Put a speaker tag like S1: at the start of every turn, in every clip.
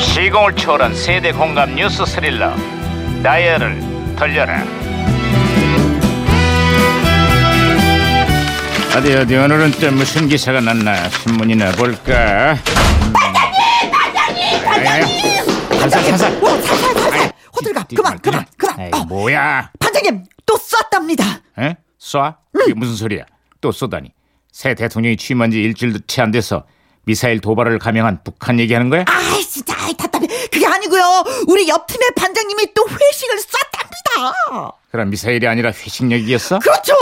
S1: 시공을 초월한 세대 공감 뉴스 스릴러 다이얼을 돌려라 어디 어디 오늘은 또 무슨 기사가 났나 신문이나 볼까 음. 아, 반장님 반장님 반장님 사사 사사
S2: 호들갑 그만 그만 그만
S1: 아이,
S2: 어,
S1: 뭐야
S2: 반장님 또 쐈답니다
S1: 에? 쏴? 이게 무슨 소리야? 또 쏘다니. 새 대통령이 취임한 지 일주일도 채 안 돼서 미사일 도발을 감행한 북한 얘기하는 거야?
S2: 아이 진짜 아이 답답해 그게 아니고요 우리 옆팀의 반장님이 또 회식을 쐈답니다
S1: 그럼 미사일이 아니라 회식 얘기였어?
S2: 그렇죠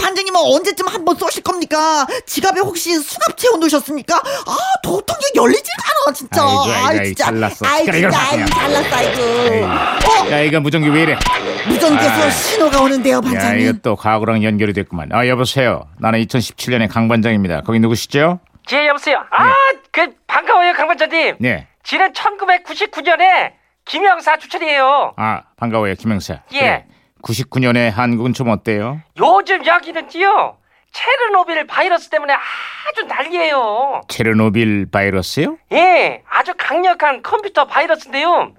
S2: 반장님은 언제쯤 한번 쏘실 겁니까 지갑에 혹시 수갑 채워 놓으셨습니까 아 도통이 열리지가 않아 진짜
S1: 아이고, 아이고, 아이고, 잘났어.
S2: 아이
S1: 그래, 이걸
S2: 진짜
S1: 봐,
S2: 아이
S1: 그냥.
S2: 잘났어
S1: 에이.
S2: 아이고
S1: 야 이거 무전기 왜 이래?
S2: 어 무전기에서
S1: 아이.
S2: 신호가 오는데요
S1: 야
S2: 반장님
S1: 이거 또 과거랑 연결이 됐구만. 아 여보세요. 나는 2017년의 강 반장입니다. 거기 누구시죠?
S3: 예, 여보세요. 아, 그 반가워요, 강반장님.
S1: 네.
S3: 지난 1999년에 김영사 추천이에요.
S1: 아 반가워요 김영사.
S3: 예.
S1: 99년의 한국은 좀 어때요?
S3: 요즘 여기는요. 체르노빌 바이러스 때문에 아주 난리예요.
S1: 체르노빌 바이러스요?
S3: 예, 아주 강력한 컴퓨터 바이러스인데요.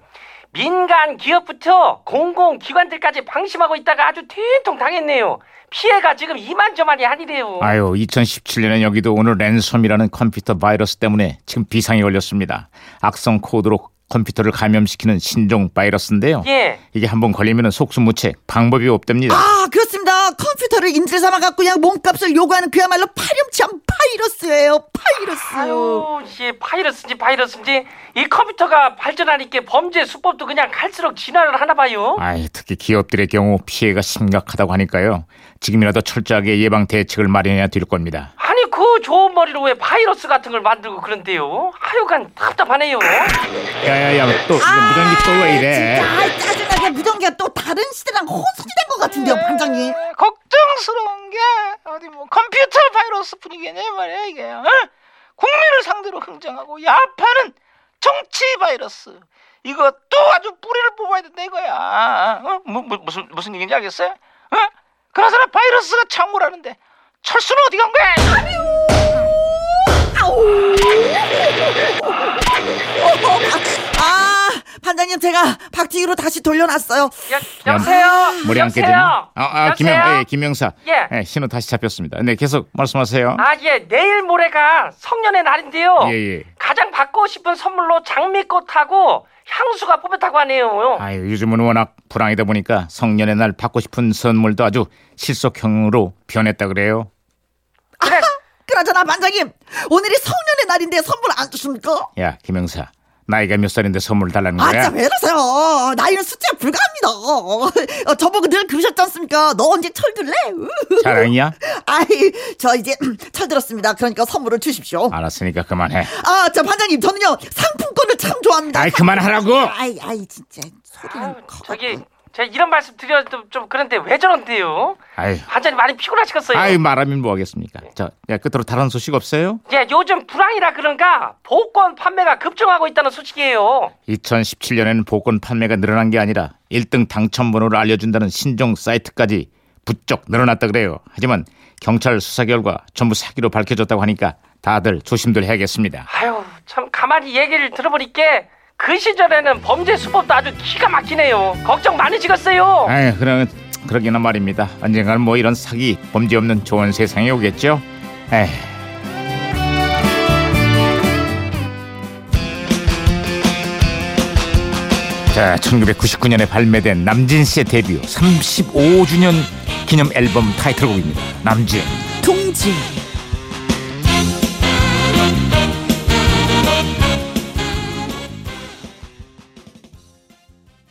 S3: 민간 기업부터 공공기관들까지 방심하고 있다가 아주 대통 당했네요. 피해가 지금 이만저만이 아니래요.
S1: 아유, 2017년에 여기도 오늘 랜섬이라는 컴퓨터 바이러스 때문에 지금 비상이 걸렸습니다. 악성 코드로 컴퓨터를 감염시키는 신종 바이러스인데요.
S3: 예.
S1: 이게 한번 걸리면 속수무책 방법이 없답니다.
S2: 아 그렇습니다 컴퓨터를 인질 삼아갖고 그냥 몸값을 요구하는 그야말로 파렴치한 파이러스예요 파이러스
S3: 아유, 이게 바이러스인지 바이러스인지 이 컴퓨터가 발전하니까 범죄 수법도 그냥 갈수록 진화를 하나 봐요.
S1: 아이, 특히 기업들의 경우 피해가 심각하다고 하니까요. 지금이라도 철저하게 예방 대책을 마련해야 될 겁니다.
S3: 아니 그 좋은 머리로 왜 바이러스 같은 걸 만들고 그런데요? 하여간 답답하네요.
S1: 야야야, 또 이거 무전기 또 왜 이래?
S2: 아, 진짜 아이, 짜증나게 무전기가 또 다른 시대랑 혼선이 된 것 같은데요
S3: 네.
S2: 반장님
S4: 걱정스러운 게 어디 뭐 컴퓨터 바이러스 분위기냐 이 말이야 이게 어? 국민을 상대로 흥정하고 야파는 정치 바이러스 이것도 아주 뿌리를 뽑아야 된다 이거야 어? 뭐, 뭐, 무슨 무슨 얘기인지 알겠어요? 어? 그나저나 바이러스가 창고라는데 철수는 어디 간 거야?
S2: 아우 아 반장님 제가 박티기로 다시 돌려놨어요
S3: 여, 여보세요.
S1: 모량깨 좀.
S3: 여보세요?
S1: 아, 아
S3: 여보세요?
S1: 김영, 예, 김영사.
S3: 예.
S1: 예, 신호 다시 잡혔습니다. 네, 계속 말씀하세요.
S3: 아 예, 내일 모레가 성년의 날인데요.
S1: 예, 예.
S3: 가장 받고 싶은 선물로 장미꽃하고 향수가 뽑혔다고 하네요.
S1: 아유, 요즘은 워낙 불황이다 보니까 성년의 날 받고 싶은 선물도 아주 실속형으로 변했다 그래요.
S3: 그래,
S2: 아, 그나저나 반장님 오늘이 성년의 날인데 선물 안 주십니까?
S1: 야, 김영사. 나이가 몇 살인데 선물 달라는
S2: 아
S1: 거야?
S2: 진짜 왜 이러세요 나이는 숫자에 불과합니다 어, 저보고 늘 그러셨지 않습니까 너 언제 철들래?
S1: 사랑이야?
S2: 아이 저 이제 음, 철들었습니다 그러니까 선물을 주십시오
S1: 알았으니까 그만해.
S2: 아, 저 반장님, 저는요 상품권을 참 좋아합니다.
S1: 아이, 그만하라고!
S2: 아이, 아이, 진짜 소리는 커.
S3: 저기 제가 이런 말씀 드려도 좀 그런데 왜 저런데요?
S1: 아유,
S3: 완전히 많이 피곤하시겠어요.
S1: 아유 말하면 뭐 하겠습니까? 자, 야, 끝으로 다른 소식 없어요?
S3: 예, 요즘 불황이라 그런가 복권 판매가 급증하고 있다는 소식이에요.
S1: 2017년에는 복권 판매가 늘어난 게 아니라 1등 당첨번호를 알려준다는 신종 사이트까지 부쩍 늘어났다 그래요. 하지만 경찰 수사 결과 전부 사기로 밝혀졌다고 하니까 다들 조심들 해야겠습니다.
S3: 아유, 참 가만히 얘기를 들어보니까 그 시절에는 범죄 수법도 아주 기가 막히네요. 걱정 많으시겠어요.
S1: 아유, 그러, 그러기는 말입니다. 언젠가는 뭐 이런 사기 범죄 없는 좋은 세상이 오겠죠? 에이. 자, 1999년에 발매된 남진 씨의 데뷔 35주년 기념 앨범 타이틀곡입니다. 남진.
S2: 동지,